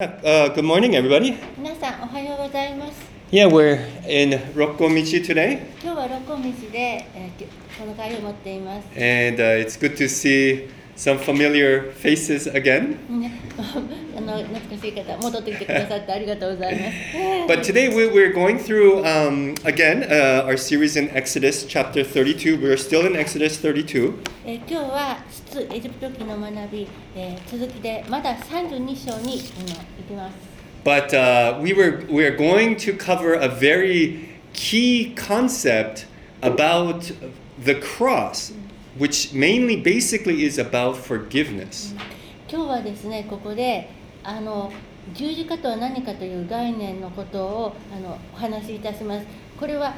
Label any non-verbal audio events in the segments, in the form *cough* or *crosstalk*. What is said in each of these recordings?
Uh, good morning, everybody. 皆さんおはようございます Yeah, we're in Rokkomichi today, 今日は六本道で、えーきこの会を持っています、 and uh, it's good to see some familiar faces again. ね、 *laughs* あの懐かしい方戻ってきてくださってありがとうございます *laughs* But today we, we're going through um, again uh, our series in Exodus chapter 32. We're still in Exodus 32, えー今日は出エジプト記の学び、えー続きでまだ32章に今行きます but uh, we were we're going to cover a very key concept about the cross, which mainly basically is about forgiveness. 今日はですねここであの十字架とは何かという概念のことをあのお話しいたしますこれは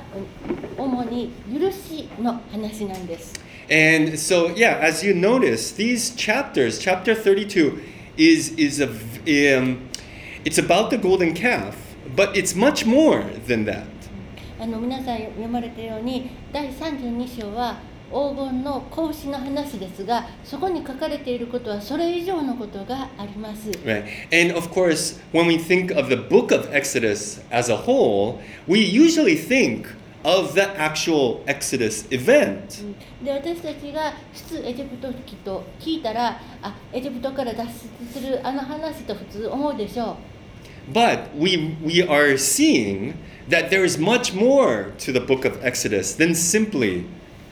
うん主に許しの話なんです And so, yeah, as you notice, these chapters, chapter 32 is is a v- um, it's about the golden calf, but it's much more than that. あの皆さん読まれたように第32章は黄金の子牛の話ですがそこに書かれていることはそれ以上のことがあります Right. And of course, when we think of the book of Exodus as a whole, we usually think of the actual Exodus event. で私たちが出エジプト記と聞いたらあエジプトから脱出するあの話と普通思うでしょ But we we are seeing that there is much more to the book of Exodus than simply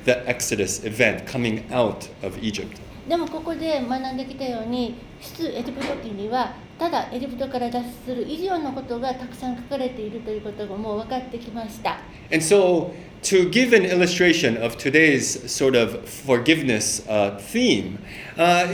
the Exodus event coming out of Egypt. うでもここで学んできたように出エジプト記にはただエジプトから脱出する以上のことがたくさん書かれているということがもう分かってきました And so, to give an illustration of today's sort of forgiveness uh, theme, uh,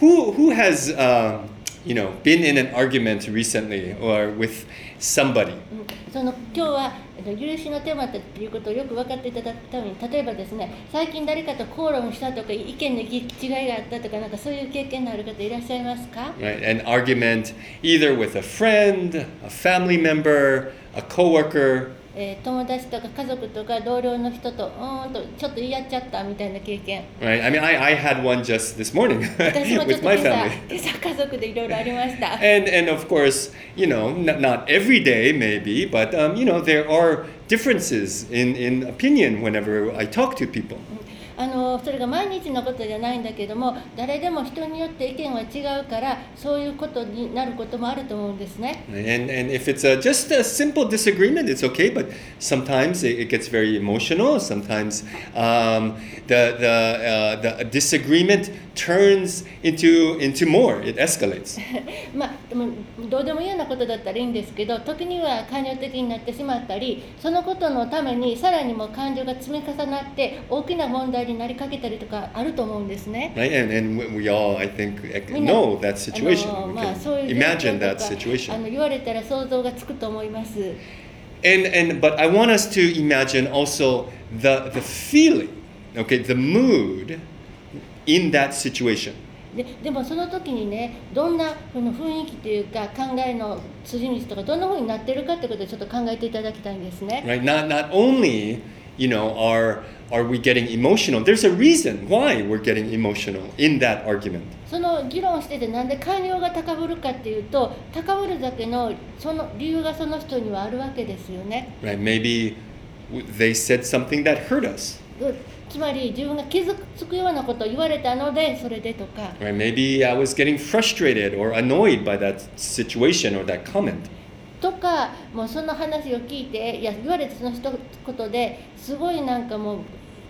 who who has uh, you know been in an argument recently or with somebody? うんその今日はえっと許しのテーマだということをよく分かっていただくために例えばですね最近誰かと口論したとか意見のぎ違いがあったとかなんかそういう経験のある方いらっしゃいますか Right, an argument either with a friend, a family member, a coworker. えー友達とか家族とか同僚の人とうーんとちょっと言い合っちゃったみた *laughs* いな経験 Right. I mean, I, I had one just this morning 私もちょっ *laughs* with と今 my 朝 family. 今朝家族でいろいろありました *laughs* And and of course, you know, not, not every day maybe, but um, you know, there are differences in, in opinion whenever I talk to people. あのそれが毎日のことじゃないんだけども誰でも人によって意見は違うからそういうことになることもあると思うんですね And and if it's a, just a simple disagreement, it's okay. But sometimes it, it gets very emotional. Sometimes um, the the uh, the disagreement turns into into more. It *laughs* escalates. *laughs* まあ、でもどうでもいいようなことだったらいいんですけど時には感情的になってしまったりそのことのためにさらにも感情が積み重なって大きな問題になりかけたりとかあると思うんですね。 Right? And and we- we all, I think, ec- みんな know that あ situation. の We まあ、 can そういう状況 imagine と that かあ situation. の言われたら想像がつくと思います。 And and but I want us to imagine also the the feeling, okay, the mood in that situation. ででもその時にねどんなこの雰囲気というか考えの筋道とかどんな風になってるかってことをちょっと考えていただきたいんですね。 Right? Not not only, you know, are are we getting emotional? There's a reason why we're getting emotional in that argument. その議論しててなんで官僚が高ぶるかっていうと高ぶるだけのその理由がその人にはあるわけですよね Right? Maybe w- they said something that hurt us. うつまり自分が傷つくようなことを言われたのでそれでとか Right? Maybe I was getting frustrated or annoyed by that situation or that comment. とかもうその話を聞いていや言われてその一言ですごいなんかもう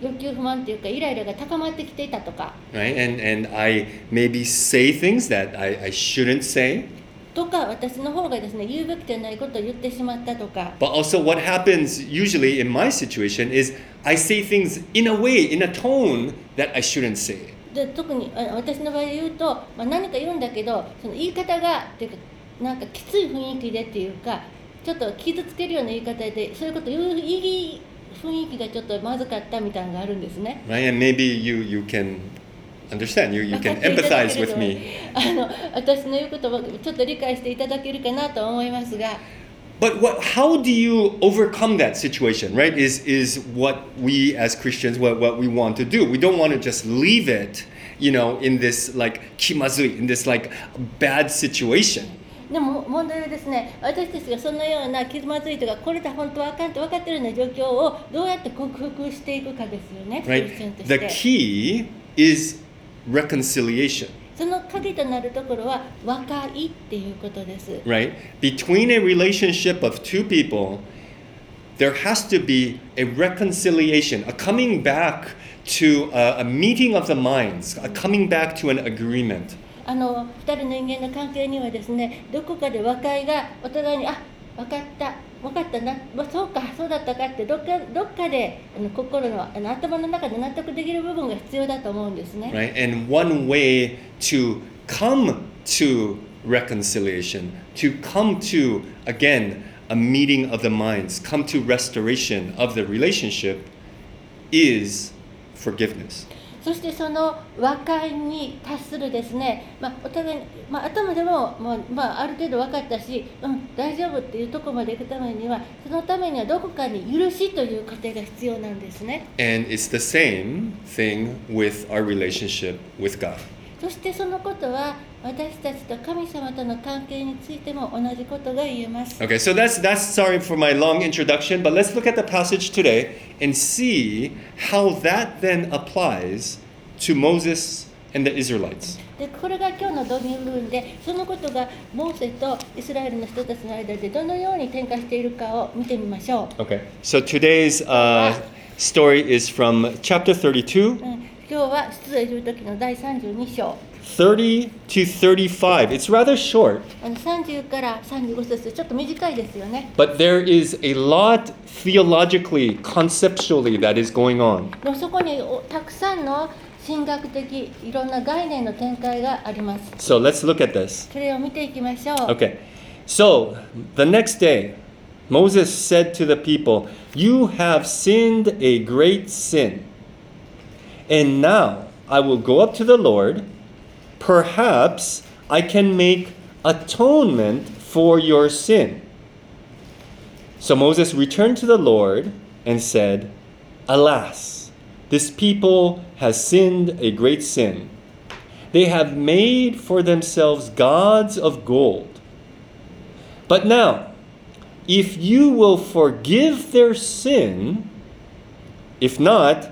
欲求不満っていうかイライラが高まってきていたとか Right? And and I maybe say things that I, I shouldn't say. とか私の方がですね言うべきでないことを言ってしまったとか But also, what happens usually in my situation is I say things in a way, in a tone that I shouldn't say. で特にあ私の場合で言うと、まあ、何か言うんだけどその言い方がっていうかなんかきつい雰囲気でっていうかちょっと傷つけるような言い方でそういうこと言う言い雰囲気がちょっとまずかったみたいなのがあるんですね。 Right? And maybe you, you can understand, *laughs* you, you 分か can っていただ empathize ける with と me. あの私の言うことをちょっと理解していただけるかなと思いますが But what, how do you overcome that situation, right? Is, is what we as Christians, what, what we want to do. We don't want to just leave it, you know, in this like kimazui, in this like bad situation. でも問題はですね私たちがそのような気まずいとかこれだ本当はあかんと分かってるような状況をどうやって克服していくかですよね、クリスチャン right? と The して。 key is reconciliation, その鍵となるところは和解っていうことです。 right? Between a relationship of two people, there has to be a reconciliation, a coming back to a, a meeting of the minds, a coming back to an agreement. あの2人の人間の関係にはですねどこかで和解がお互いにあ分かった分かったな、まあそうかそうだったかってどっかどっかであの心のあの頭の中で納得できる部分が必要だと思うんですね。 right? And one way to come to reconciliation, to come to, again, a meeting of the minds, come to restoration of the relationship is forgiveness. そしてその和解に達するですね、まあ、お互いに、まあ、頭でも、まあまあ、ある程度分かったし、うん、大丈夫っていうところまで行くためにはそのためにはどこかに許しという過程が必要なんですね。 And it's the same thing with our relationship with God. そしてそのことは私たちと神様との関係についても同じことが言えます。 Okay, so that's that's sorry for my long introduction, but let's look at the passage today and see how that then applies to Moses and the Israelites. でこれが今日の導入部分でそのことがモーセとイスラエルの人たちの間でどのように転化しているかを見てみましょ Okay. So today's uh, story is from chapter 32, う。うん、今日は出演する時の第32章30 to 35. It's rather short, あの30から35節でちょっと短いですよね。 but there is a lot theologically, conceptually that is going on. でもそこにおたくさんの神学的いろんな概念の展開があります。 So let's look at this. それを見ていきましょう。 Okay. So the next day, Moses said to the people, You have sinned a great sin. And now I will go up to the Lord. Perhaps I can make atonement for your sin. So Moses returned to the Lord and said, Alas, this people has sinned a great sin. They have made for themselves gods of gold. But now, if you will forgive their sin, if not,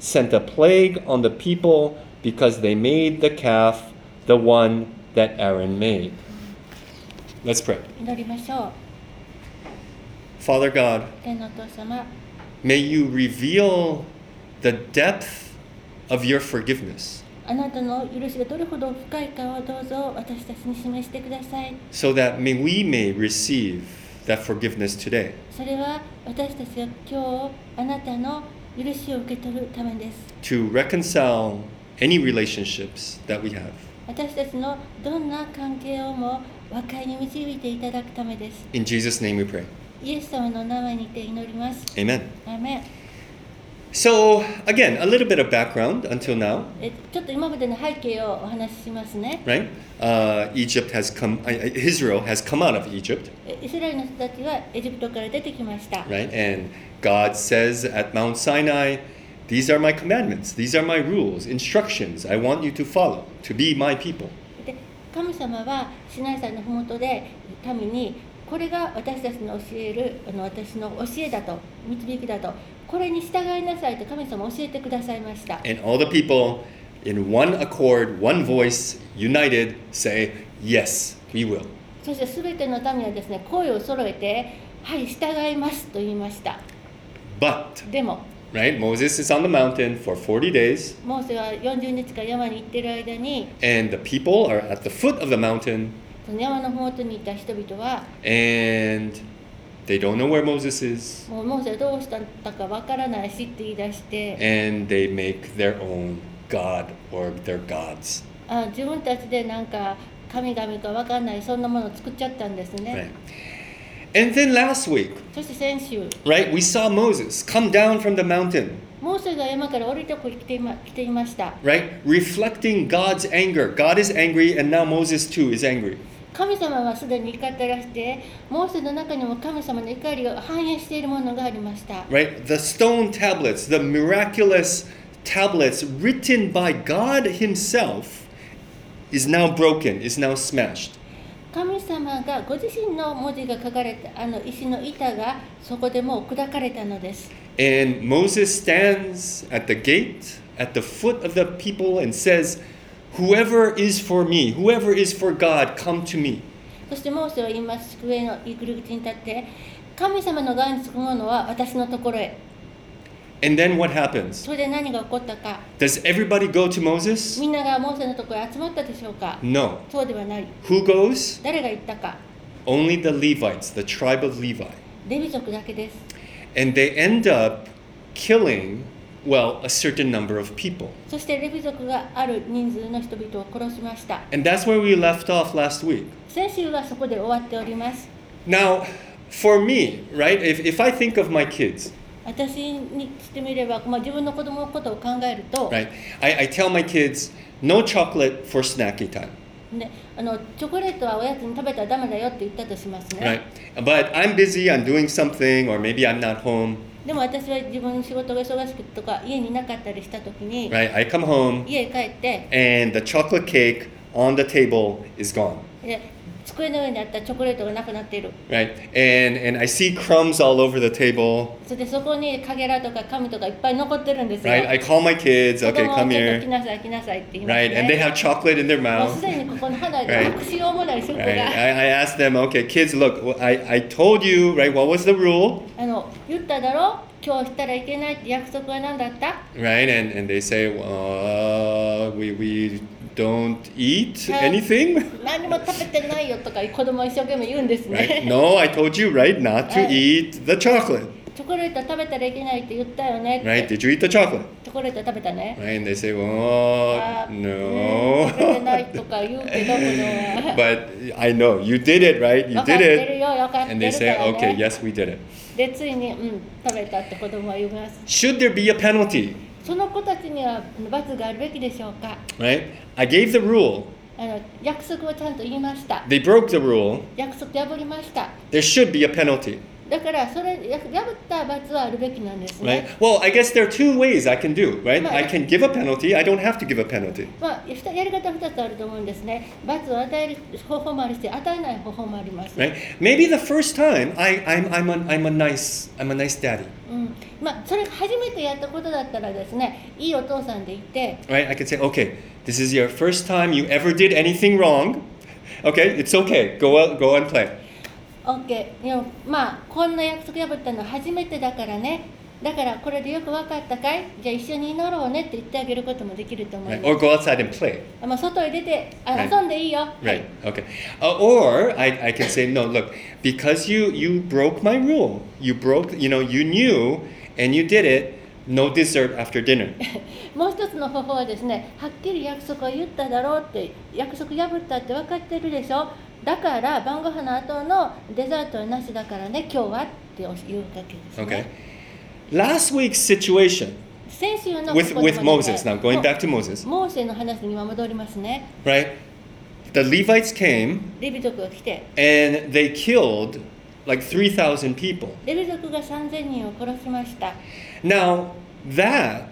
sent a plague on the people because they made the calf, the one that Aaron made. Let's pray. 祈りましょ Father God, う。天のお父様 may you reveal the depth of your forgiveness. あなたの許しがどれほど深いかをどうぞ私たちに示してください。 so that may we may receive that forgiveness today. それは私たちが今日あなたの許しを受け取るためです。 To reconcile any relationships that we have. 私たちのどんな関係をも和解に導いていただくためです。 In Jesus' name we pray. イエス様のお名前にて祈ります。 Amen. アーメン So, again, a little bit of background until now, えちょっと今までの背景をお話ししますね。 right? Uh, Egypt has come, I- I- Israel has come out of Egypt, えイスラエルの人たちはエジプトから出てきました。 right? And God says at Mount Sinai, These are my commandments, these are my rules, instructions I want you to follow to be my people. で神様はシナイ山のふもとで民にこれが私たちの教えるあの私の教えだと導きだとこれに従いなさいと神様は教えてくださいました And all the people, in one accord, one voice, united, say, Yes, we will. そして全ての民はですね声を揃えて「はい従います」と言いました But, でも right, Moses is on the mountain for 40 days, モーセは40日間山に行ってる間に and the people are at the foot of the mountain, その山のふもとにいた人々は and they don't know where Moses is, もうモーセはどうしたんだかわからないしって言い出して and they make their own God or their gods. あ自分たちでなんか神々かわかんないそんなものを作っちゃったんですね、 Right. And then last week, そして先週 right, we saw Moses come down from the mountain, モーセが山から降りてこ来ていま来ていました right, reflecting God's anger. God is angry, and now Moses too is angry. 神様はすでに怒ってらしてモーセの中にも神様の怒りを反映しているものがありました Right? The stone tablets, the miraculous tablets written by God Himself, is now broken, is now smashed. 神様がご自身の文字が書かれたあの石の板がそこでもう砕かれたのです And Moses stands at the gate, at the foot of the people, and says, Whoever is for me, whoever is for God, come to me. そしてモーセは言います救いの入り口に立って神様の側につくものは私のところへ And then what happens? それで何が起こったか Does everybody go to Moses? みんながモーセのところへ集まったでしょうか No. そうではない Who goes? 誰が言ったか Only the Levites, the tribe of Levi. レビ族だけです And they end up killing, well, a certain number of people. そしてレビ族がある人数の人々を殺しました And that's where we left off last week. 先週はそこで終わっております Now, for me, right, if, if I think of my kids, 私にしてみれば、まあ、自分の子供のことを考えると、 right, I, I tell my kids, no chocolate for snacky time, ね、あのチョコレートはおやつに食べたらダメだよって言ったとしますね、 right? But I'm busy, I'm doing something, or maybe I'm not home, でも私は自分の仕事が忙しくとか家になかったりした時に、 right? I come home 家へ帰って、 and the chocolate cake on the table is gone, え机の上にあったチョコレートがなくなっている right? And, and I see crumbs all over the table, それでそこにかげらとか紙とかいっぱい残ってるんですよ、 right? I call my kids, 子 okay, 供は come ちょっと来 here, なさい来なさいって言います right? And they ね have chocolate in their もうす mouth. でにここの肌で Right. 隠しようもないショック Right. が I, I asked them, okay, kids, look, wh- I, I told you, right, what was the rule? あの言っただろ今日したらいけないって約束は何だった Right, and, and they say, well, uh, we, we don't eat *laughs* anything. 何も食べてないよとか子供は一生懸命言うんです Right? ね No, I told you, right, not to Right. eat the chocolate. *laughs* チョコレート食べたらいけないって言ったよねって Right, did you eat the chocolate? チョコレート食べたね Right, and they say, well, あーうん食べ *laughs* てないと Uh, mm, no. か言うけど *laughs* 子供は but I know, you did it, right? You 分かっ did てる it. よ分かって And they るか say, ら okay, ね yes, we did it. でついに、うん、食べたって子供は言います Should there be a penalty? その子たちには罰があるべきでしょうか Right? I gave the rule, あの約束をちゃんと言いました they broke the rule, 約束破りました there should be a penalty. だからそれや破った罰はあるべきなんですね、 Right. Well, I guess there are two ways I can do. Right. Right. I can give a penalty. I don't have to give a penalty. まあ、ふたやり方2つあると思うんですね罰を与える方法もあるし与えない方法もあります、 Right. Maybe the first time I, I'm I'm a, I'm a nice I'm a nice daddy. うんまあ、それが初めてやったことだったらですねいいお父さんでいて Right. I can say, okay, this is your first time you ever did anything wrong. Okay, it's okay. Go out, go and play. OK いやまあこんな約束破ったの初めてだからねだからこれでよく分かったかいじゃあ一緒に祈ろうねって言ってあげることもできると思い Right. ま Or go outside and play. す、まあ、外へ出てあ Right. 遊んでいいよ、はい Right. Okay. Uh, or I, I can say, no, look, because you you broke my rule. You broke. You know, you knew and you did it. No dessert after dinner. *laughs* もう一つの方法はですねはっきり約束を言っただろうって約束破ったって分かってるでしょだから晩ご飯の後のデザートはなしだからね今日はってお言うわけです、ね Okay. Last week's situation 先週の with ここで with もね Moses. Now going back to Moses, モーセの話に今戻りますね right? The Levites came レビ族が来て and they killed like 3,000 people. レビ族が3000人を殺しました Now, that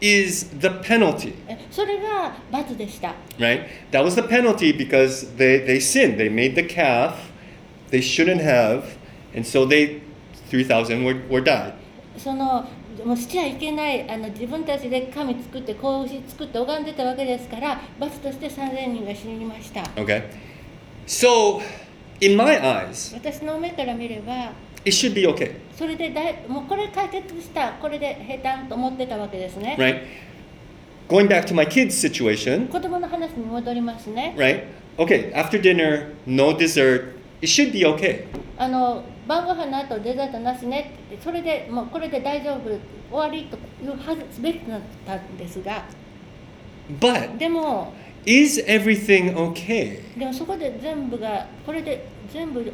is the penalty, えそれが罰でした right? That was the penalty because they they sinned. They made the calf they shouldn't have, and so they 3,000 were, were died. そのもうしちゃいけないあの自分たちで神作って子牛作って拝んでたわけですから罰として3000人が死にました Okay. So, in my eyes, 私の目から見れば it should be okay. それでだいもうこれ解決したこれで平坦と思ってたわけですね、 right? Going back to my kids' situation, 子供の話に戻りますね right? Okay, after dinner, no dessert. It should be okay, あの晩ご飯の後デザートなしねってそれでもうこれで大丈夫終わりというはずべきだったんですが but でも Is everything okay? でもそこで全部がこれで全部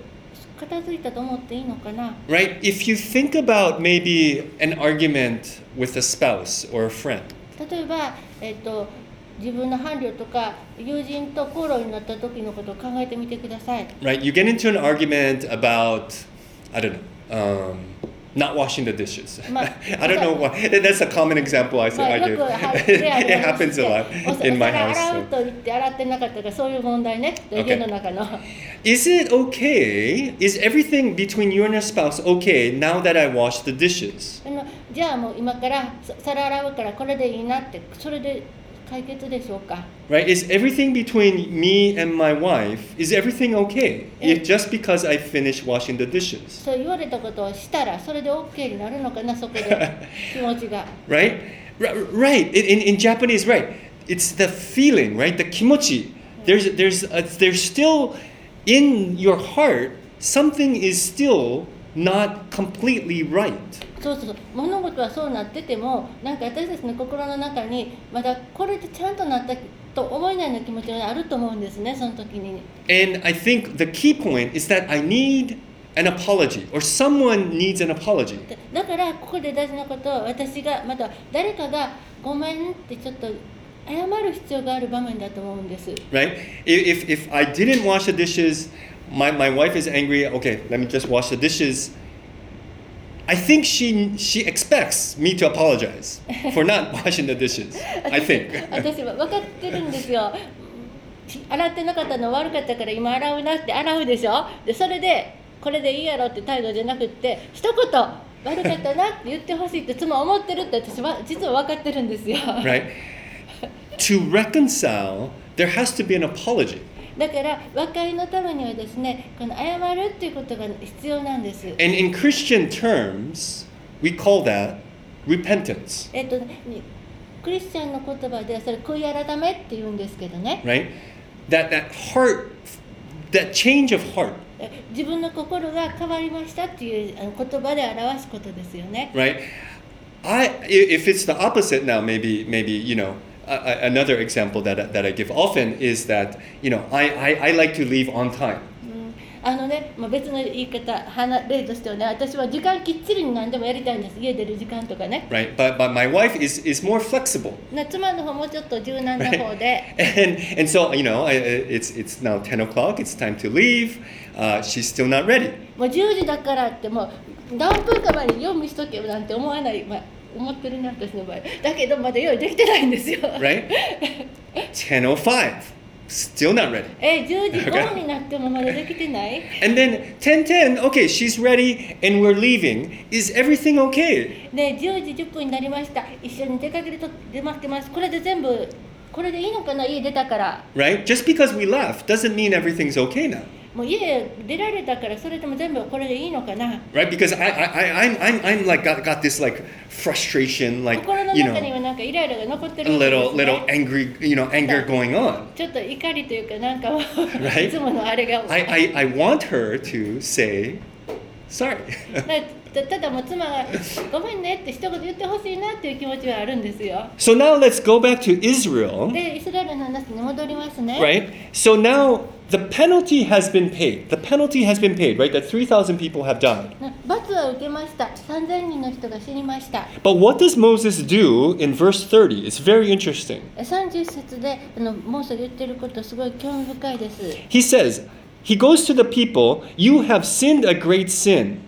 片付いたと思っていいのかな Right? If you think about maybe an argument with a spouse or a friend, 例えば、えっと自分の伴侶とか友人と口論になった時のことを考えてみてください right? You get into an argument about, I don't know, um, not washing the dishes. *laughs* Ma- I don't know why. That's a common example I, まあ say, I よ do. くは *laughs* it happens a お lot お in my 皿 house. 洗う so. と言って洗ってなかったからそういう問題ね Okay. 家の中の *laughs* Is it okay? Is everything between you and your spouse okay now that I wash the dishes? あのじゃあもう今からさ皿洗うからこれでいいなってそれで解決でしょうか Right? Is everything between me and my wife, is everything okay? If just because I finish washing the dishes. そう言われたことをしたらそれで OK になるのかなそ *laughs* こで気持ちが Right? R- right. In, in, in Japanese, right. It's the feeling, right? The kimochi. There's, there's, a, there's still in your heart, something is still not completely right. そうそうそう物事はそうなっててもなんか私たちの心の中にまだこれでちゃんとなったと思えないような気持ちがあると思うんですねその時に And I think the key point is that I need an apology, or someone needs an apology. だだからここで大事なことは私がまた誰かが「ごめん」ってちょっと謝る必要がある場面だと思うんです right? I- If, if I didn't wash the dishes, my, my wife is angry, okay, let me just wash the dishes. I think she, she expects me to apologize for not *laughs* washing the dishes. I *laughs* think. 私は分かってるんですよ洗ってなかったの悪かったから今洗うなって洗うでしょでそれでこれでいいやろって態度じゃなくって一言悪かったなって言ってほしいって妻は思ってるって私は実は分かってるんですよ Right? To reconcile, there has to be an apology. だから和解のためにはですねこの謝るっていうことが必要なんです And in Christian terms, we call that repentance, えっとねにクリスチャンの言葉ではそれ悔い改めって言うんですけどね right? That, that heart, that change of heart. え自分の心が変わりましたっていうあの言葉で表すことですよね right? I i- if it's the opposite now, maybe maybe you know a, a, another example that I- that I give often is that you know I, I, I like to leave on time, うんあのね、まあ、別の言い方話例としてはね私は時間きっちりに何でもやりたいんです家出る時間とかね right? But but my wife is is more flexible, な妻の方もちょっと柔軟な方で *laughs* and and so you know I, I- it's it's now ten o'clock. It's time to leave. Uh, she's still not ready, もう10時だからってもう何分か前に用意しとけよなんて思わない、まあ、思ってるね私の場合だけどまだ用意できてないんですよ right? ten o five, still not ready. *laughs* え10時5分になってもまだできてない And then ten ten, okay, she's ready, and we're leaving. Is everything okay? ね10時10分になりました一緒に出かけると出まってますこれで全部これでいいのかな家出たから right? Just because we left doesn't mean everything's okay now, もう家出られたからそれでも全部これでいいのかな right? Because I, I, I I'm, I'm, I'm like got, got this like frustration, like 心の you 中に know, はなんかイライラが残って a るわけ little ですね little angry, you know, anger going on. ちょっと怒りというかなんかもう Right. いつものあれが I, I, I want her to say sorry, *laughs* なたただもう妻が「ごめんね」って一言言ってほしいなっていう気持ちはあるんですよ So now let's go back to Israel, でイスラエルの話に戻りますね、 right? So now the penalty has been paid. The penalty has been paid, right? That three thousand people have died. な罰は受けました3000人の人が死にました But what does Moses do in verse thirty? It's very interesting. 30節であのモーセが言ってることすごい興味深いです He says, He goes to the people, You have sinned a great sin.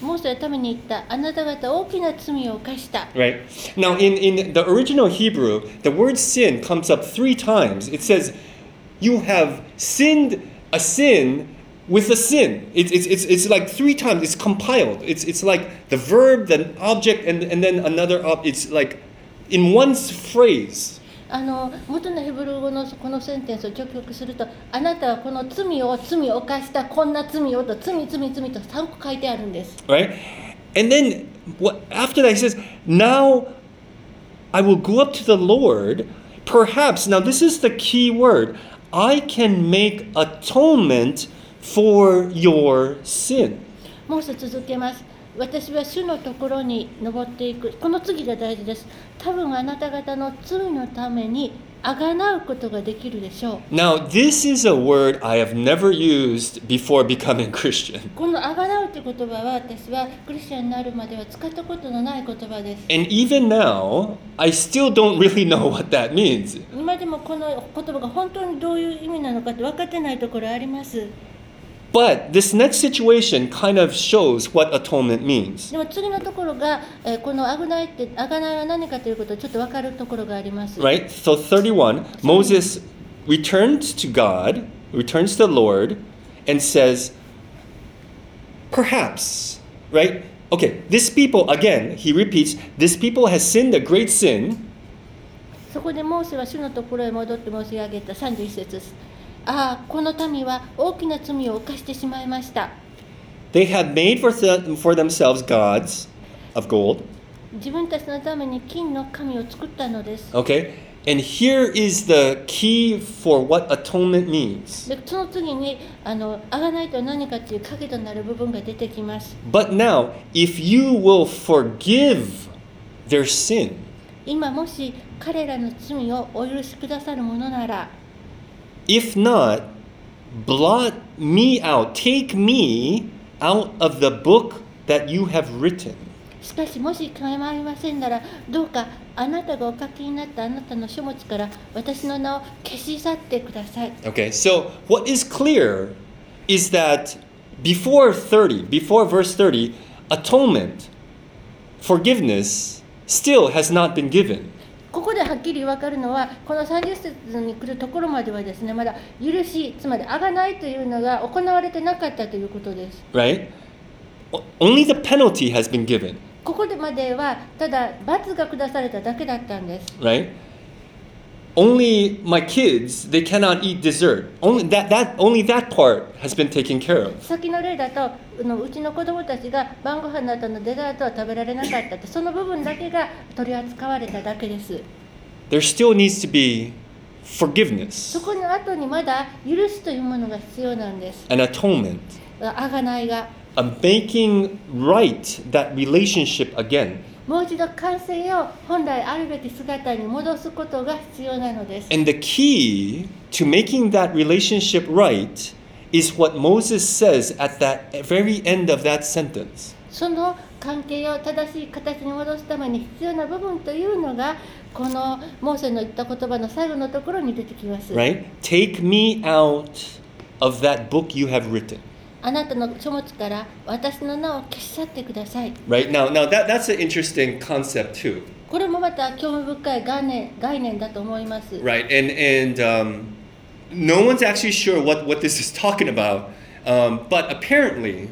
モーセのために言ったあなた方大きな罪を犯した Right? Now, in, in the original Hebrew, the word sin comes up three times. It says, You have sinned a sin with a sin. It's, it's, it's, it's like three times, it's compiled. It's, it's like the verb, then object, and, and then another. Ob- it's like in one s- phrase. あの元のヘブル語のこのセンテンスを直訳すると「あなたはこの罪を罪を犯したこんな罪を」と「罪罪罪」と3個書いてあるんです right? And then what after that he says, "Now I will go up to the Lord, perhaps." Now this is the key word. I can make atonement for your sin. もう一つ続けます私は主のところに登っていくこの次が大事です多分あなた方の罪のためにあがなうことができるでしょう Now, this is a word I have never used before becoming *laughs* Christian. この「あがなう」という言葉は私はクリスチャンになるまでは使ったことのない言葉です And even now, I still don't really know what that means. 今でもこの言葉が本当にどういう意味なのかって分かってないところあります But this next situation kind of shows what atonement means. でも次のところが、えーこの「あがない」って「あがない」は何かということをちょっと分かるところがあります、 Right? So 31, Moses returns to God, returns to the Lord, and says, Perhaps, right? Okay, this people, again, he repeats, this people has sinned a great sin. そこでモーセは主のところへ戻って申し上げた31節ですああこの民は大きな罪を犯してしまいました They have made for, th- for themselves gods of gold. 自分たちのために金の神を作ったのです Okay? And here is the key for what atonement means. でその次にあの「あがない」とは何かという影となる部分が出てきます But now, if you will forgive their sin, 今もし彼らの罪をお許しくださるものなら if not, blot me out, take me out of the book that you have written. しかしもし構いませんならどうかあなたがお書きになったあなたの書物から私の名を消し去ってください Okay, so what is clear is that before 30, before verse 30, atonement, forgiveness, still has not been given. ここではっきり分かるのはこの30節に来るところまではですねまだ許しつまりあがないというのが行われてなかったということです right? O- Only the penalty has been given, ここでまではただ罰が下されただけだったんです right? Only my kids, they cannot eat dessert. Only that, that, only that part has been taken care of. 先の例だとあのうちの子供たちが晩ご飯の後のデザートは食べられなかったってその部分だけが取り扱われただけです There still needs to be forgiveness そこの後にまだ許しというものが必要なんです。 and atonement, あがないが、 a making right that relationship again. もう一度完成を本来あるべき姿に戻すことが必要なのです。 And the key to making that relationship right is what Moses says at that very end of that sentence. その関係を正しい形に戻すために必要な部分というのが、このモーセの言った言葉の最後のところに出てきます。 right? Take me out of that book you have written. あなたの書物から私の名を消し去ってください。 Right now, now that that's an interesting concept too, これもまた興味深い概念概念だと思います。 right? And and um, no one's actually sure what what this is *laughs* talking about, um, but apparently,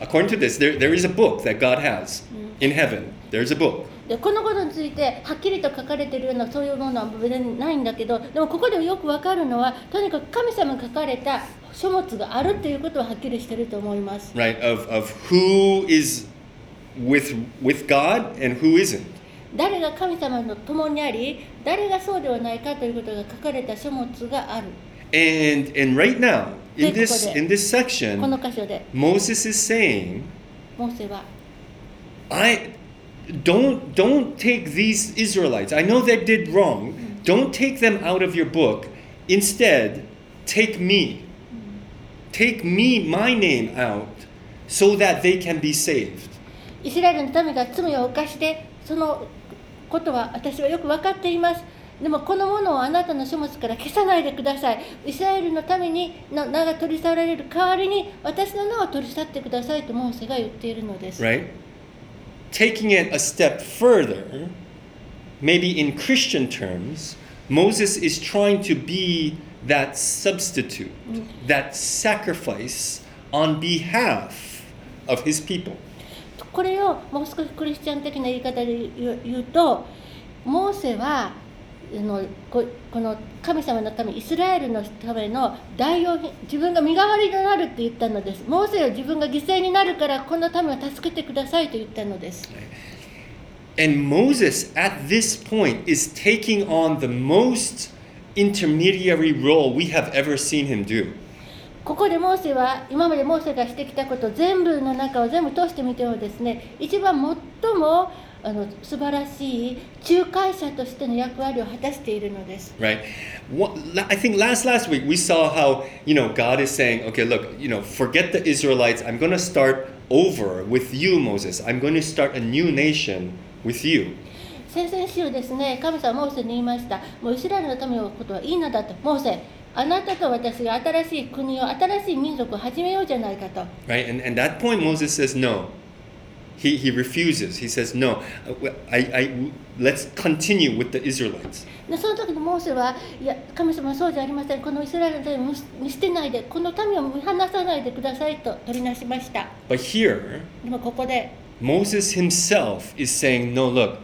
according to this, there there is a book that God has in heaven. There's a book. でこのことについてはっきりと書かれてるようなそういうものは別にないんだけどでもここでよくわかるのはとにかく神様が書かれた書物があるっていうことははっきりしてると思います。 Right, of, of who is with with God and who isn't. 誰が神様の共にあり誰がそうではないかということが書かれた書物がある And and right now, in 네, this 그거래. in this こ section, の箇所で Moses is saying モーセは I don't don't take these Israelites. I know they did wrong. Don't take them out of your book. Instead, take me. Take me, my name out, so that they can be saved. イスラエルの民が罪を犯してそのことは私はよく分かっていますでもこのものをあなたの書物から消さないでくださいイスラエルの民にの名が取り去られる代わりに私の名を取り去ってくださいとモーセが言っているのです、 Right? Taking it a step further, maybe in Christian terms, Moses is trying to be that substitute, that sacrifice on behalf of his people. これをもう少しクリスチャン的な言い方で言う言うとモーセはあのここの神様のためイスラエルのための代用品自分が身代わりになるって言ったのですモーセは自分が犠牲になるからこの民を助けてくださいと言ったのです And Moses at this point is taking on the most intermediary role we have ever seen him do. ここでモーセは今までモーセがしてきたこと全部の中を全部通してみてもですね一番最もあの素晴らしい仲介者としての役割を果たしているのです。 right? What, la- I think last last week we saw how you know God is saying, okay, look, you know, forget the Israelites. I'm going to start over with you, Moses. I'm going to start a new nation with you. 先々週ですね神様はモーセに言いましたもうイスラエルの民のことはいいのだとモーセあなたと私が新しい国を新しい民族を始めようじゃないかと Right? And and that point Moses says no. He, he refuses. He says, No, Uh, I, I, let's continue with the Israelites. でその時のモーセはいや神様はそうじゃありませんこのイスラエルの民を見捨見捨てないでこの民を見放さないでくださいと取りなしました But here, でもここで Moses himself is saying, No, look,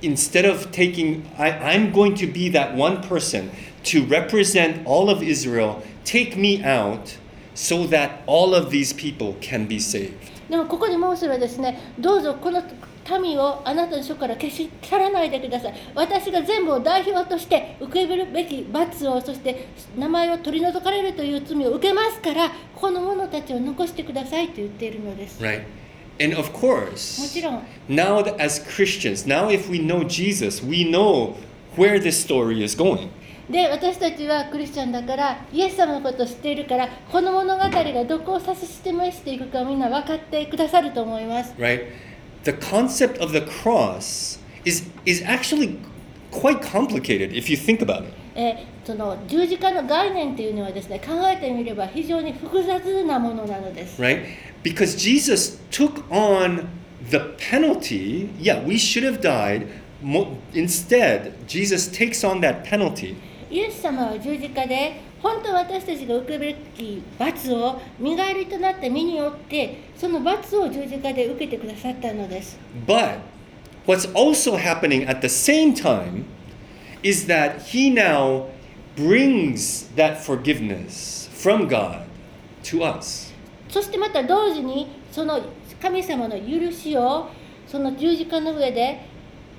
instead of taking, I, I'm going to be that one person to represent all of Israel, take me out so that all of these people can be saved. でもここでモーセはですねどうぞこの民をあなたの書から消し去らないでください私が全部を代表として受けるべき罰をそして名前を取り除かれるという罪を受けますからこの者たちを残してくださいと言っているのです、 Right. And of course, もちろん now that as Christians, now if we know Jesus, we know where this story is going. で私たちはクリスチャンだからイエス様のことを知っているからこの物語がどこを指し示していくかみんな分かってくださると思います right? The concept of the cross is is actually quite complicated if you think about it. えーその十字架の概念というのはですね考えてみれば非常に複雑なものなのです、 right? Because Jesus took on the penalty. Yeah, we should have died. Mo- instead, Jesus takes on that penalty. イエス様は十字架で本当は私たちが受けるべき罰を身代わりとなった身によってその罰を十字架で受けてくださったのです But what's also happening at the same time is that he now brings that forgiveness from God to us. そしてまた同時にその神様の許しをその十字架の上で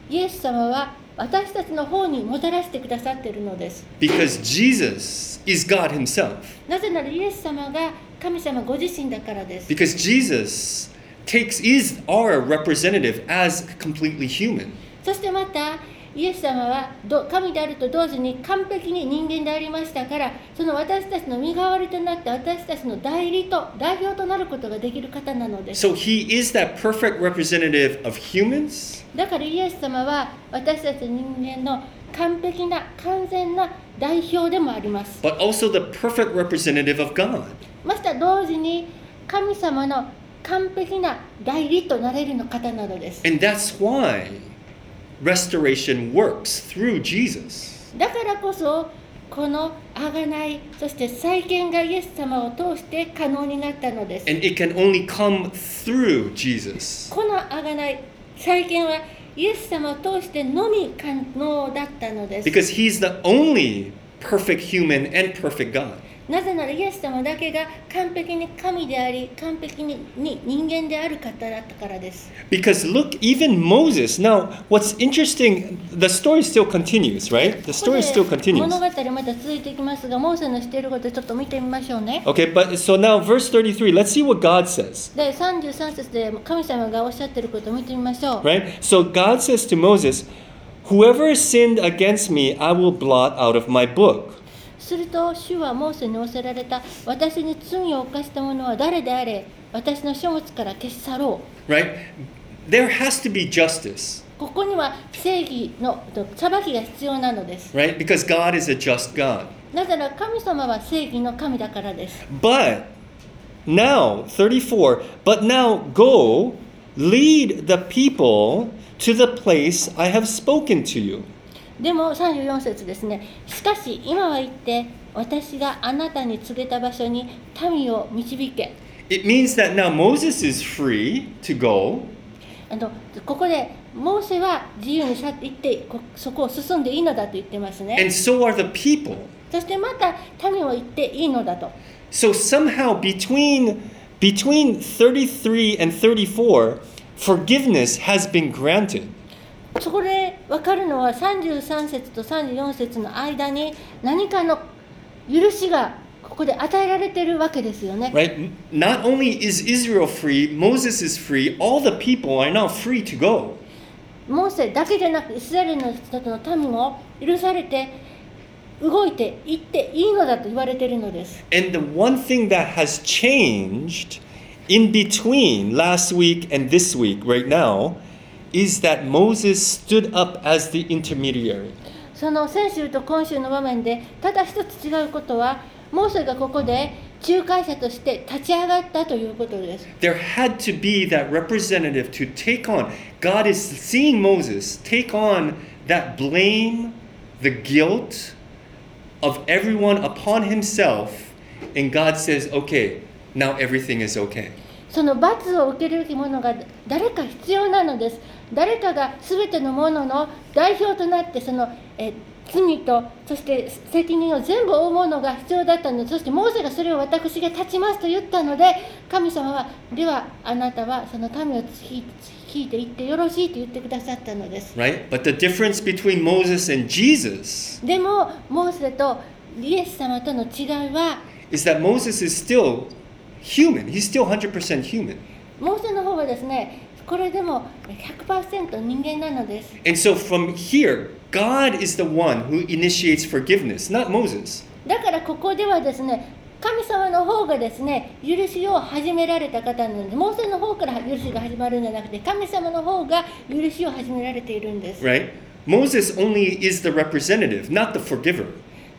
イエス様は私たちの方にもたらしてくださっているのです Because Jesus is God himself. なぜならイエス様が神様ご自身だからです Because Jesus takes is our representative as completely human. そしてまたイエス様はど神であると同時に完璧に人間でありましたからその私たちの身代わりとなって私たちの代理と代表となることができる方なのです。 So he is that perfect representative of humans, だからイエス様は私たち人間の完璧な完全な代表でもあります。 but also the perfect representative of God. また同時に神様の完璧な代理となれるの方なのです。 And that's why restoration works through Jesus. だからこそこの贖いそして再建がイエス様を通して可能になったのです。 And it can only come through Jesus. この贖い再建はイエス様を通してのみ可能だったのです Because he's the only perfect human and perfect God. なぜならイエス様だけが完璧に神であり完璧にに人間である方だったからです Because look, even Moses. Now, what's interesting, the story still continues, right? The ここ story で still 物 continues. 語また続いていきますがモーセのしていることちょっと見てみましょうね Okay, but so now verse 33, let's see what God says. で33節で神様がおっしゃっていることを見てみましょう Right? So God says to Moses, Whoever sinned against me, I will blot out of my book. すると主はモーセに仰せられた私に罪を犯した者は誰であれ私の書物から消し去ろう Right? There has to be justice, ここには正義のと裁きが必要なのです。 right? Because God is a just God. なぜなら神様は正義の神だからです。 But now, 34, but now go lead the people to the place I have spoken to you. でも34節ですね。しかし今は言って私があなたに告げた場所に民を導け。 It means that now Moses is free to go, あのここでモーセは自由に去って行ってこそこを進んでいいのだと言ってますね。 and so are the people. そしてまた民を行っていいのだと。 So somehow between between 33 and 34, forgiveness has been granted. そこで分かるのは33節と34節の間に何かの許しがここで与えられてるわけですよね。 Right? Not only is Israel free, Moses is free, all the people are now free to go. モーセだけじゃなくイスラエルの人々の民も許されて動いて行っていいのだと言われているのです。 And the one thing that has changed in between last week and this week, right now, is that Moses stood up as the intermediary. その先週と今週の場面でただ一つ違うことはモーセがここで仲介者として立ち上がったということです。 There had to be that representative to take on. God is seeing Moses take on that blame, the guilt of everyone upon himself, and God says, okay, now everything is okay. その罰を受けるべき者が誰か必要なのです。誰かが全てのものの代表となってそのえ罪とそして責任を全部負うものが必要だったのです。そしてモーセがそれを私が立ちますと言ったので神様はではあなたはその民を引い引いていってよろしいと言ってくださったのです。 Right? But the difference between Moses and Jesus でもモーセとイエス様との違いは is that Moses is still human. He's still 100% human. モーセの方はですねこれでも100%人間なのです。 And so from here, God is the one who initiates forgiveness, not Moses. だからここではですね神様の方がですね許しを始められた方なのでモーセの方から許しが始まるんじゃなくて神様の方が許しを始められているんです、 right? Moses only is the representative, not the forgiver.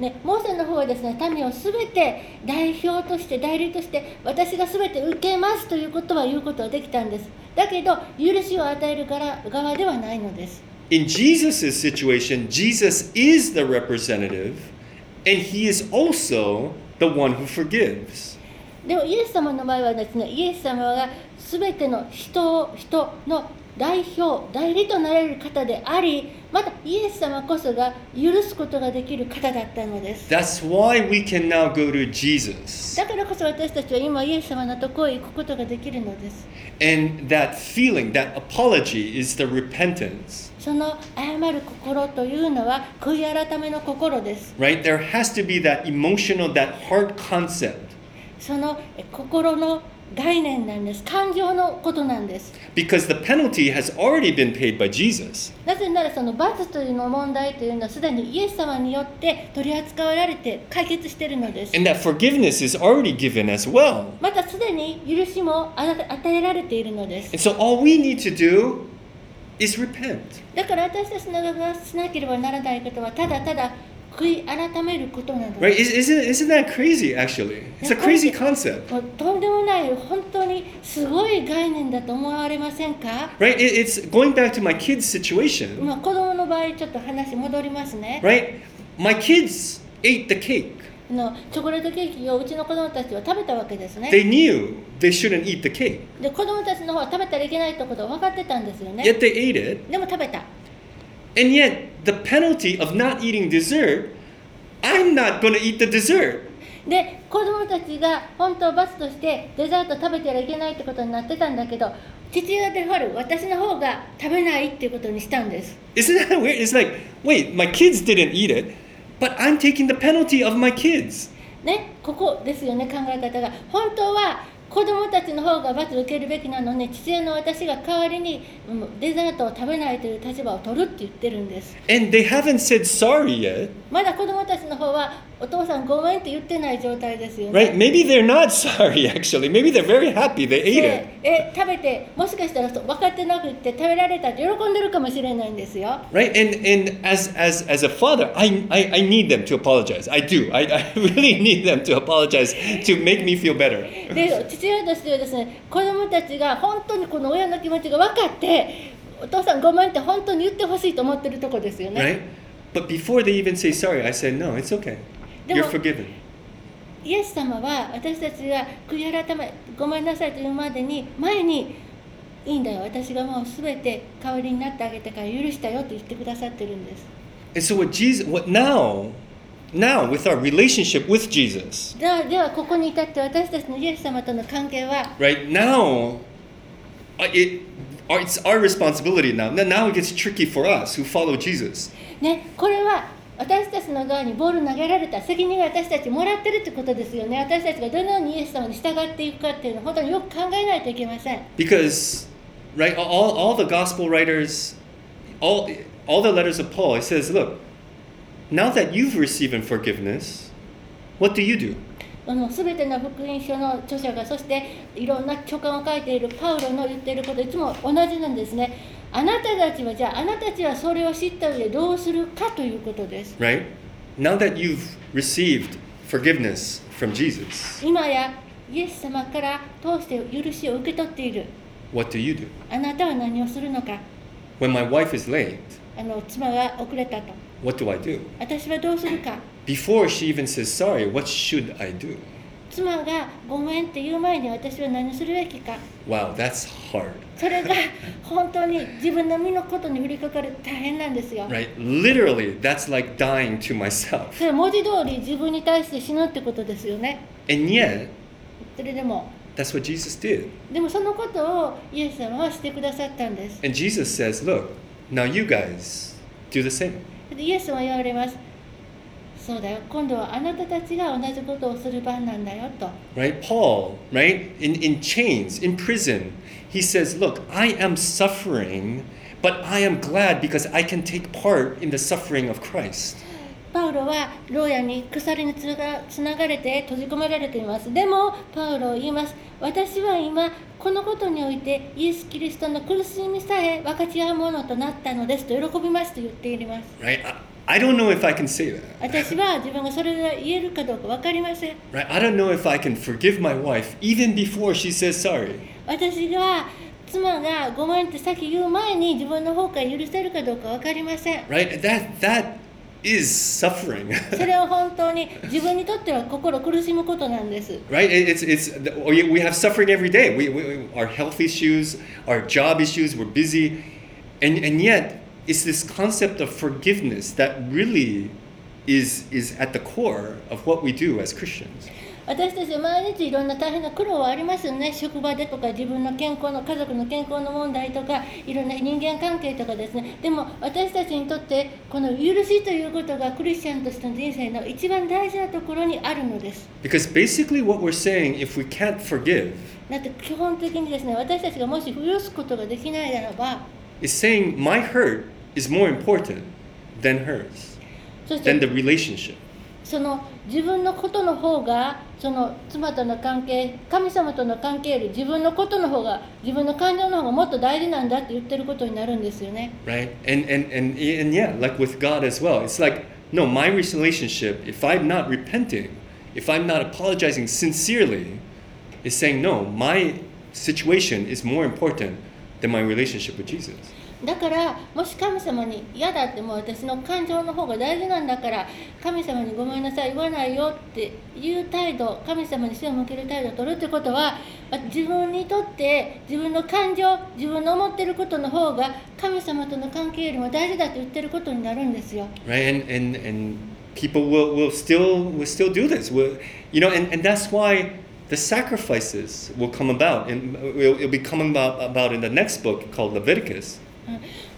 ね、モーセの方はですね民を全て代表として代理として私が全て受けますということは言うことはできたんですだけど許しを与える側側ではないのです In Jesus' situation, Jesus is the representative, and he is also the one who forgives. でもイエス様の場合はですねイエス様が全ての人を人の代表代理となられる方でありまたイエス様こそが許すことができる方だったのです That's why we can now go to Jesus. だからこそ私たちは今イエス様のところへ行くことができるのです And that feeling, that apology, is the repentance, その謝る心というのは悔い改めの心です right? There has to be that emotional, that heart concept. そのえ心の概念なんです感情のことなんです Because the penalty has already been paid by Jesus. なぜならその罰というの問題というのはすでにイエス様によって取り扱われて解決しているのです And that forgiveness is already given as well. またすでに許しもあ与えられているのです And so all we need to do is repent. だから私たちのがしなければならないことはただただ悔い改めることなの Right? です Is- Isn't, isn't that crazy, actually? It's a crazy concept. もうとんでもない本当にすごい概念だと思われませんか Right? It- It's going back to my kids' situation. まあ子供の場合ちょっと話戻りますね Right? My kids ate the cake. あのチョコレートケーキをうちの子供たちは食べたわけですね They knew they shouldn't eat the cake, で子供たちの方は食べたらいけないってことを分かってたんですよね yet they ate it. でも食べた And yet, the penalty of not eating dessert, I'm not going to eat the dessert. で子供たちが本当罰としてデザート食べてはいけないってことになってたんだけど父親である私の方が食べないっていうことにしたんです Isn't that *laughs* weird? It's like, wait, my kids didn't eat it, but I'm taking the penalty of my kids. ねここですよね考え方が本当は子供たちの方が罰を受けるべきなのに父親の私が代わりにうんデザートを食べないという立場を取るって言ってるんです And they haven't said sorry yet. まだ子供たちの方はお父さんごめんって言ってない状態ですよね Right? Maybe they're not *laughs* sorry, actually. Maybe they're very happy they ate it. でえ食べてもしかしたらそう分かってなくって食べられたって喜んでるかもしれないんですよ Right? And, and as, as, as a father, I, I, I need them to apologize. I do. I, I *laughs* really need them to apologize to make me feel better. で父親としてはですね子供たちが本当にこの親の気持ちが分かってお父さんごめんって本当に言ってほしいと思ってるとこですよね、 Right? But before they even say sorry, I said, no, it's okay. You're でも- forgiven. イエス様は私たちが悔い改めごめんなさいというまでに前にいいんだよ私がもう全て代わりになってあげたから許したよと言ってくださってるんです And so what Jesus, what now, now with our relationship with Jesus, ではではここに至って私たちのイエス様との関係は right now, uh, it, uh, it's our responsibility now. Now- Now it gets tricky for us who follow Jesus. ねこれは私たちの側にボール投げられた責任が私たちもらってるってことですよね私たちがどのようにイエス様に従っていくかっていうのを本当によく考えないといけません Because, right, all, all the gospel writers all, all the letters of Paul, he says, Look, now that you've received forgiveness, what do you do? あの全ての福音書の著者がそしていろんな書簡を書いているパウロの言っていることいつも同じなんですねあなたたちはじゃああなたたちはそれを知った上でどうするかということです Right? Now that you've received forgiveness from Jesus, 今やイエス様から通して許しを受け取っている what do you do? あなたは何をするのか When my wife is late, あの妻が遅れたと what do I do? 私はどうするか Before she even says sorry, what should I do? 妻がごめんって言う前に私は何するべきか Wow, that's hard. それが本当に自分の身のことに降りかかる大変なんですよ Right? Literally, that's like dying to myself. それ文字通り自分に対して死ぬってことですよね And yet, それでも that's what Jesus did. でもそのことをイエス様はしてくださったんです And Jesus says, Look, now you guys do the same. でイエス様は言われますそうだよ今度はあなたたちが同じことをする番なんだよと Right? Paul, right? In, in chains, in prison, he says, Look, I am suffering, but I am glad because I can take part in the suffering of Christ. パウロは牢屋に鎖につながつながれて閉じ込められていますでもパウロは言います私は今このことにおいてイエス・キリストの苦しみさえ分かち合うものとなったのですと喜びますと言っています Right? I, I don't know if I can say that. 私は自分がそれが言えるかどうか分かりません Right? I don't know if I can forgive my wife even before she says sorry. 私が妻がごめんってさっき言う前に自分の方から許せるかどうか分かりません Right? That that is suffering. *laughs* それは本当に自分にとっては心苦しむことなんです Right? It- It's, it's, we we have suffering every day. We, we, our health issues, our job issues, we're busy. And, and yet, it's this concept of forgiveness that really is, is at the core of what we do as Christians. 私たちは毎日いろんな大変な苦労はありますよね職場でとか自分の健康の家族の健康の問題とかいろんな人間関係とかですねでも私たちにとってこの許しということがクリスチャンとしての人生の一番大事なところにあるのです Because basically, what we're saying, if we can't forgive, だって基本的にですね私たちがもし許すことができないならば is saying my hurt is more important than hers, そして than the relationship. その自分のことの方がその妻との関係神様との関係より自分のことの方が自分の感情の方がもっと大事なんだって言ってることになるんですよね right and and and and yeah like with god as well it's like no my relationship if i'm not repenting if i'm not apologizing sincerely is saying no my situation is more important than my relationship with jesus だからもし神様に嫌だってもう私の感情の方が大事なんだから神様にごめんなさい言わないよっていう態度神様に背を向ける態度を取るってことは自分にとって自分の感情自分の思ってることの方が神様との関係よりも大事だと言ってることになるんですよ right and and and people will will still will still do this will you know and, and that's why the sacrifices will come about and it'll, it'll be coming about, about in the next book called leviticus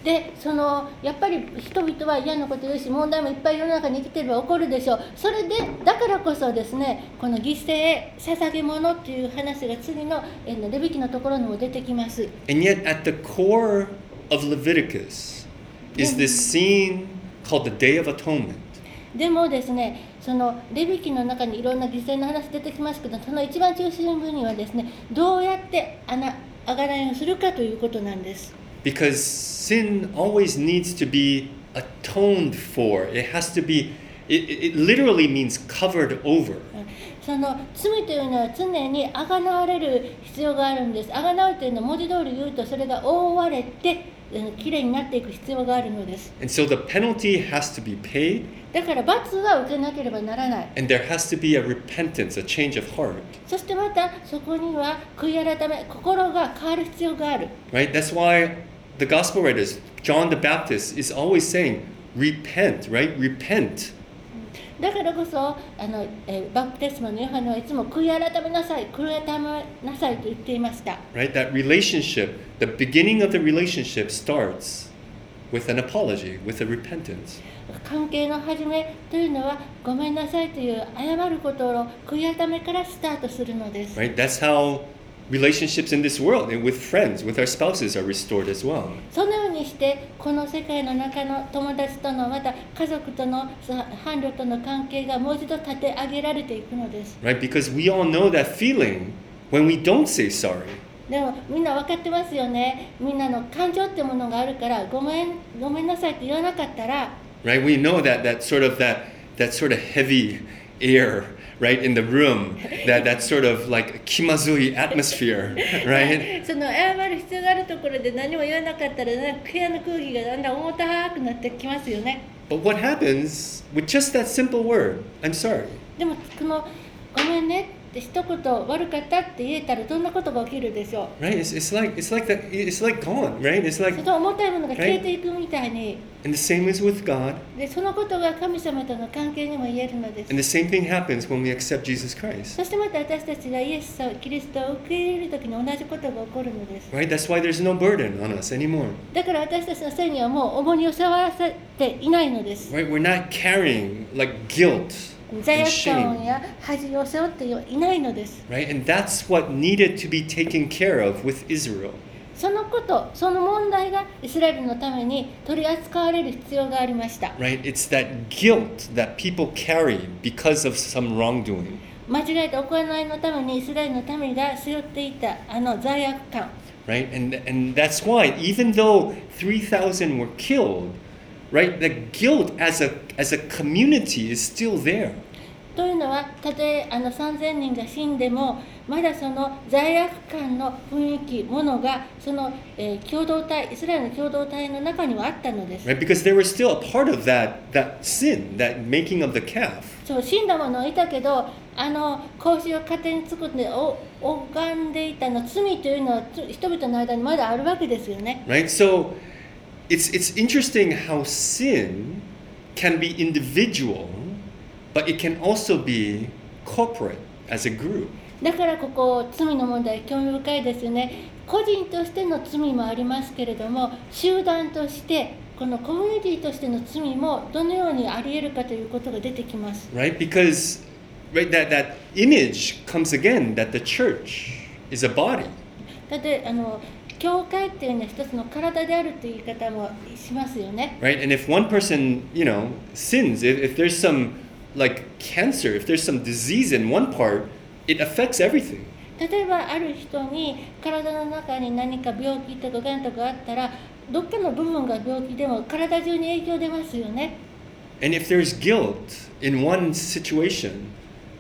でそのやっぱり人々は嫌なこと言うし問題もいっぱい世の中に生きてれば起こるでしょうそれでだからこそですねこの犠牲捧げ物っていう話が次のえーレビキのところにも出てきます And yet, at the core of Leviticus is this scene called the Day of Atonement. でもですねそのレビキの中にいろんな犠牲の話出てきますけどその一番中心部にはですねどうやって穴あがらいをするかということなんです Because sin always needs to be atoned for, it has to be, it, it it literally means covered over. その罪というのは常にあがなわれる必要があるんですあがなうというのは文字通り言うとそれが覆われてうんきれいになっていく必要があるのです And so the penalty has to be paid, だから罰は受けなければならない and there has to be a repentance, a change of heart. そしてまたそこには悔い改め心が変わる必要がある Right? That's why the gospel writers, John the Baptist, is always saying, repent, right? Repent. だからこそあの、えーバプテスマのヨハネはいつも悔い改めなさい悔い改めなさいと言っていました right? That relationship, the beginning of the relationship starts with an apology, with a repentance. 関係の始めというのはごめんなさいという謝ることを悔い改めからスタートするのです Right? That's how relationships in this world and with friends, with our spouses, are restored as well. そのようにしてこの世界の中の友達とのまた家族とのそ伴侶との関係がもう一度立て上げられていくのです Right? Because we all know that feeling when we don't say sorry. でもみんな分かってますよねみんなの感情ってものがあるからごめんごめんなさいって言わなかったら Right? We know that that sort of that that sort of heavy air right in the room that that sort of like kimazui atmosphere right *laughs* その謝る必要があるところで何も言わなかったらなんか部屋の空気がだんだん重たくなってきますよね but what happens with just that simple word i'm sorry でもこの「ごめんね」って一言悪かったって言えたらどんなことが起きるでしょう right it's, it's like it's like that it's like gone right it's like その重たいものが消えていくみたいに and the same is with god でそのことが神様との関係にも言えるのです and the same thing happens when we accept jesus christ そしてまた私たちがイエスとキリストを受け入れる時に同じことが起こるのです right that's why there's no burden on us anymore だから私たちの背にはもう重荷を触らせていないのです right we're not carrying like guilt 罪 and 悪感 shame や恥を背負っていないのです right and that's what needed to be taken care of with israel そのことその問題がイスラエルのために取り扱われる必要がありました right it's that guilt that people carry because of some wrongdoing 間違えた行いのためにイスラエルの民が背負っていたあの罪悪感 right and and that's why even though 3000 were killed right the guilt as a as a community is still there というのはたとえあの3,000人が死んでもまだその罪悪感の雰囲気ものがその、えー共同体イスラエルの共同体の中にはあったのです right because they were still a part of that that sin that making of the calf そう死んだ者はいたけどあの格子を糧に作ってお拝んでいたの罪というのはつ人々の間にまだあるわけですよね right so it's it's interesting how sin can be individual but it can also be corporate as a group だからここ罪の問題興味深いですよね個人としての罪もありますけれども集団としてこのコミュニティとしての罪もどのようにあり得るかということが出てきます right because right that that image comes again that the church is a body だってあの教会っていうのは一つの体であるという言い方もしますよね right and if one person you know sins if, if there's some like cancer if there's some disease in one part it affects everything 例えばある人に体の中に何か病気とかがんとかあったらどっかの部分が病気でも体中に影響出ますよね and if there's guilt in one situation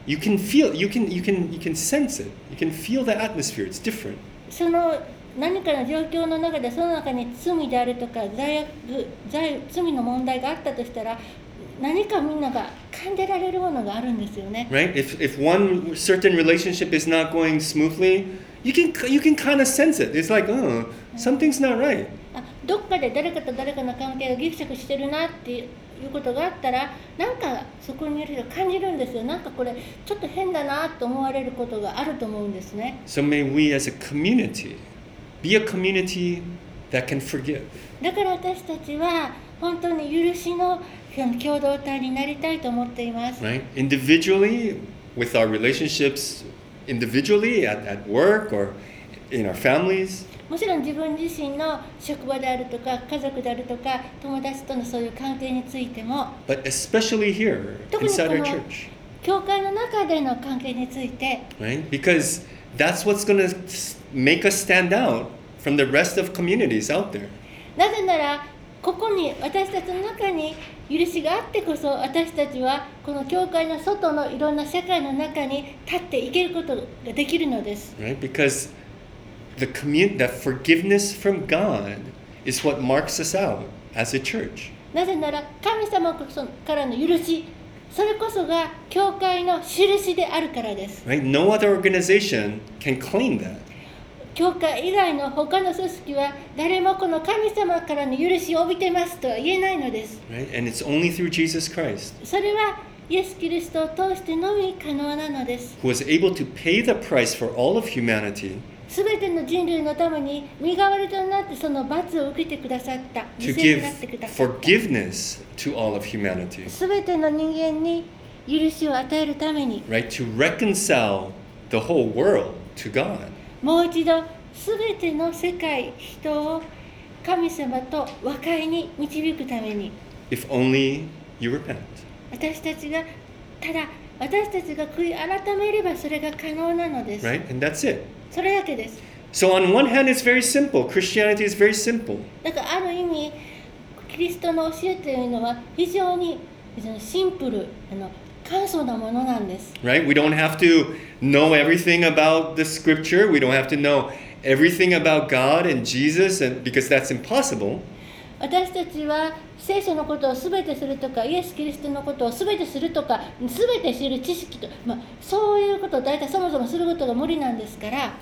you can feel you can you can you can sense it you can feel the atmosphere it's different その何かの状況の中でその中に罪であるとか罪悪罪罪の問題があったとしたら何かみんなが感じられるものがあるんですよね right if if one certain relationship is not going smoothly you can you can kind of sense it it's like oh something's not right あどっかで誰かと誰かの関係がギクシャクしてるなっていうことがあったらなんかそこにいる人感じるんですよなんかこれちょっと変だなと思われることがあると思うんですね So may we as a community be a community that can forgive. だから私たちは本当に許しのその共同体になりたいと思っています Right? Individually, with our relationships individually at, at work or in our families, もちろん自分自身の職場であるとか家族であるとか友達とのそういう関係についても but especially here inside our church. 教会の中での関係について Right? Because that's what's going to make us stand out from the rest of communities out there. なぜならここに私たちの中に許しがあってこそ私たちはこの教会の外のいろんな社会の中に立っていけることができるのです Right? Because the commun- that forgiveness from God is what marks us out as a church. なぜなら神様からの許しそれこそが教会の印であるからです Right? No other organization can claim that. 教会以外の他の組織は誰もこの神様からの許しを帯びてますとは言えないのです Right? And it's only through Jesus Christ それはイエス・キリストを通してのみ可能なのです。 who was able to pay the price for all of humanity すべての人類のために身代わりとなってその罰を受けてくださった。 to 犠牲になってく give ださった。 forgiveness to all of humanity. すべての人間に許しを与えるために Right? To reconcile the whole world to God. 全もう一度全ての世界人を神様と和解に導くために if only you repent. 私たちがただ私たちが悔い改めればそれが可能なのです、 Right? And that's it. それだけです So, on one hand, it's very simple. Christianity is very simple. だからある意味キリストの教えというのは非常に非常にシンプルあの簡素なものなんです right? We don't have to know everything about the scripture. We don't have to know everything about God and Jesus and because that's impossible. 私たちは聖書のことを全てするとかイエス・キリストのことを全てするとか全て知る知識と、まあ、そういうことを大体そもそもすることが無理なんですから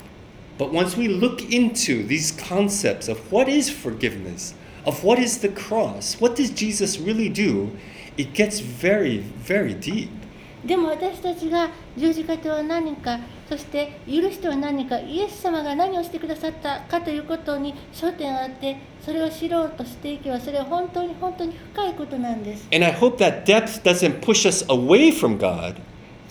But once we look into these concepts of what is forgiveness, of what is the cross, what does Jesus really do, it gets very, very deep. でも私たちが十字架とは何かそして許しとは何かイエス様が何をしてくださったかということに焦点を当てそれを知ろうとしていけばそれは本当に本当に深いことなんです And I hope that depth doesn't push us away from God,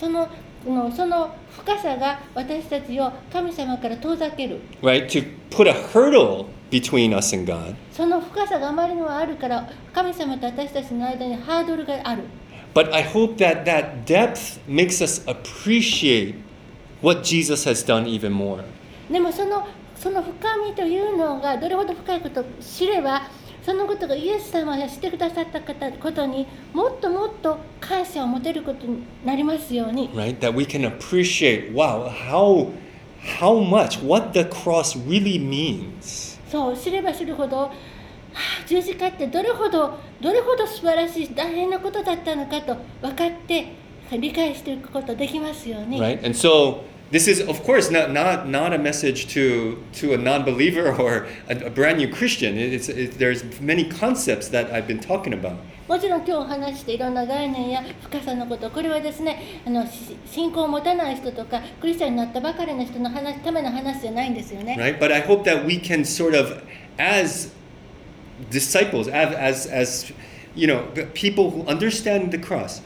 そののその深さが私たちを神様から遠ざける right? To put a hurdle between us and God. その深さがあまりにもあるから神様と私たちの間にハードルがある But I hope that that depth makes us appreciate what Jesus has done even more. でもそのその深みというのがどれほど深いことを知ればそのことがイエス様がしてくださった方ことにもっともっと感謝を持てることになりますように right? That we can appreciate, wow, how how much what the cross really means. そう知れば知るほど、はあ、十字架ってどれほどどれほど素晴らしい大変なことだったのかと分かって理解していくことできますように。 Right? And so this is of course not not not a message to to a non-believer *laughs* or a, a brand new Christian. It- It's it, there's many concepts that I've been talking about. もちろん今日お話ししていろんな概念や深さのことこれはですねあのし信仰を持たない人とかクリスチャンになったばかりの人の話ための話じゃないんですよね、 Right? But I hope that we can sort of as disciples as as, as you know, the people who understand the cross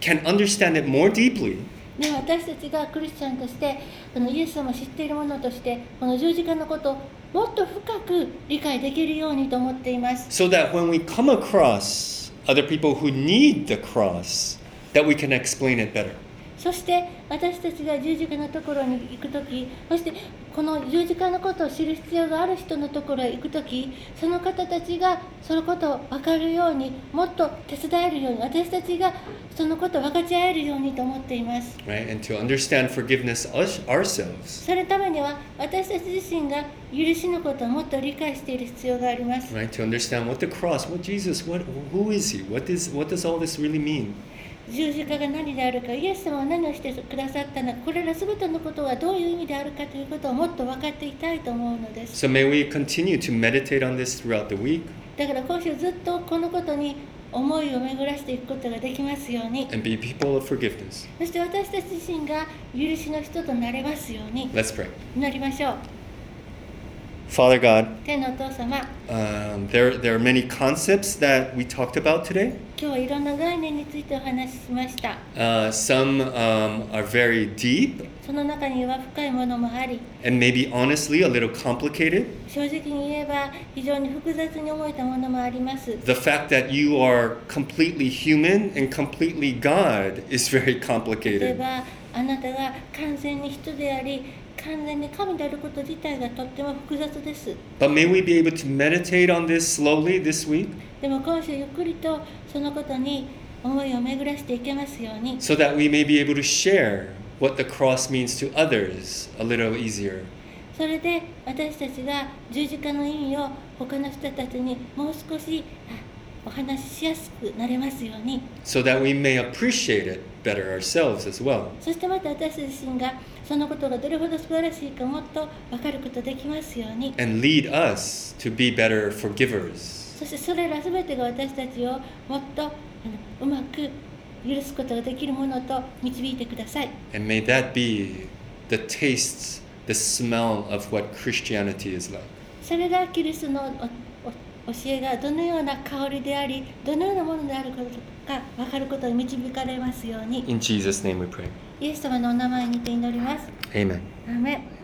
can understand it more deeply で私たちがクリスチャンとしてこのイエス様を知っているものとしてこの十字架のことをもっと深く理解できるようにと思っています so that when we come across other people who need the cross that we can explain it better そして私たちが十字架のところに行く時そしてこの十字架のことを知る必要がある人のところへ行く時その方たちがそのことを分かるようにもっと手伝えるように私たちがそのことを分かち合えるようにと思っています right and to understand forgiveness us, ourselves そのためには私たち自身が許しのことをもっと理解している必要があります right to understand what the cross what jesus what who is he what is what does all this really mean 十字架が何であるかイエス様は何をしてくださったのかこれら全てのことがどういう意味であるかということをもっと分かっていきたいと思うのです so may we continue to meditate on this throughout the week だから今週ずっとこのことに思いを巡らしていくことができますように and be people of forgiveness そして私たち自身が許しの人となれますように let's pray 祈りましょう father god 天のお父様 um, there, there are many concepts that we talked about today 今日はいろんな概念についてお話ししました uh, some um, are very deep その中には深いものもあり and maybe honestly a little complicated 正直に言えば非常に複雑に思えたものもあります the fact that you are completely human and completely God is very 例え complicated. ばあなたが完全に人であり完全に神であること自体がとっても複雑です But may we be able to meditate on this slowly this week でも今週ゆっくりとそのことに思いを巡らしていけますように so that we may be able to share what the cross means to others a little easier. それで私たちが十字架の意味を他の人たちにもう少しあお話ししやすくなれますように So that we may appreciate it better ourselves as well. そしてまた私自身がそのことがどれほど素晴らしいかもっと分かることできますように And lead us to be better forgivers. そしてそれら全てが私たちをもっとあのうまく許すことができるものと導いてください And may that be the tastes, the smell of what Christianity is like. それがキリストのおお教えがどのような香りでありどのようなものであることか分かることに導かれますように In Jesus' name we pray. イエス様のお名前にて祈ります Amen. アーメン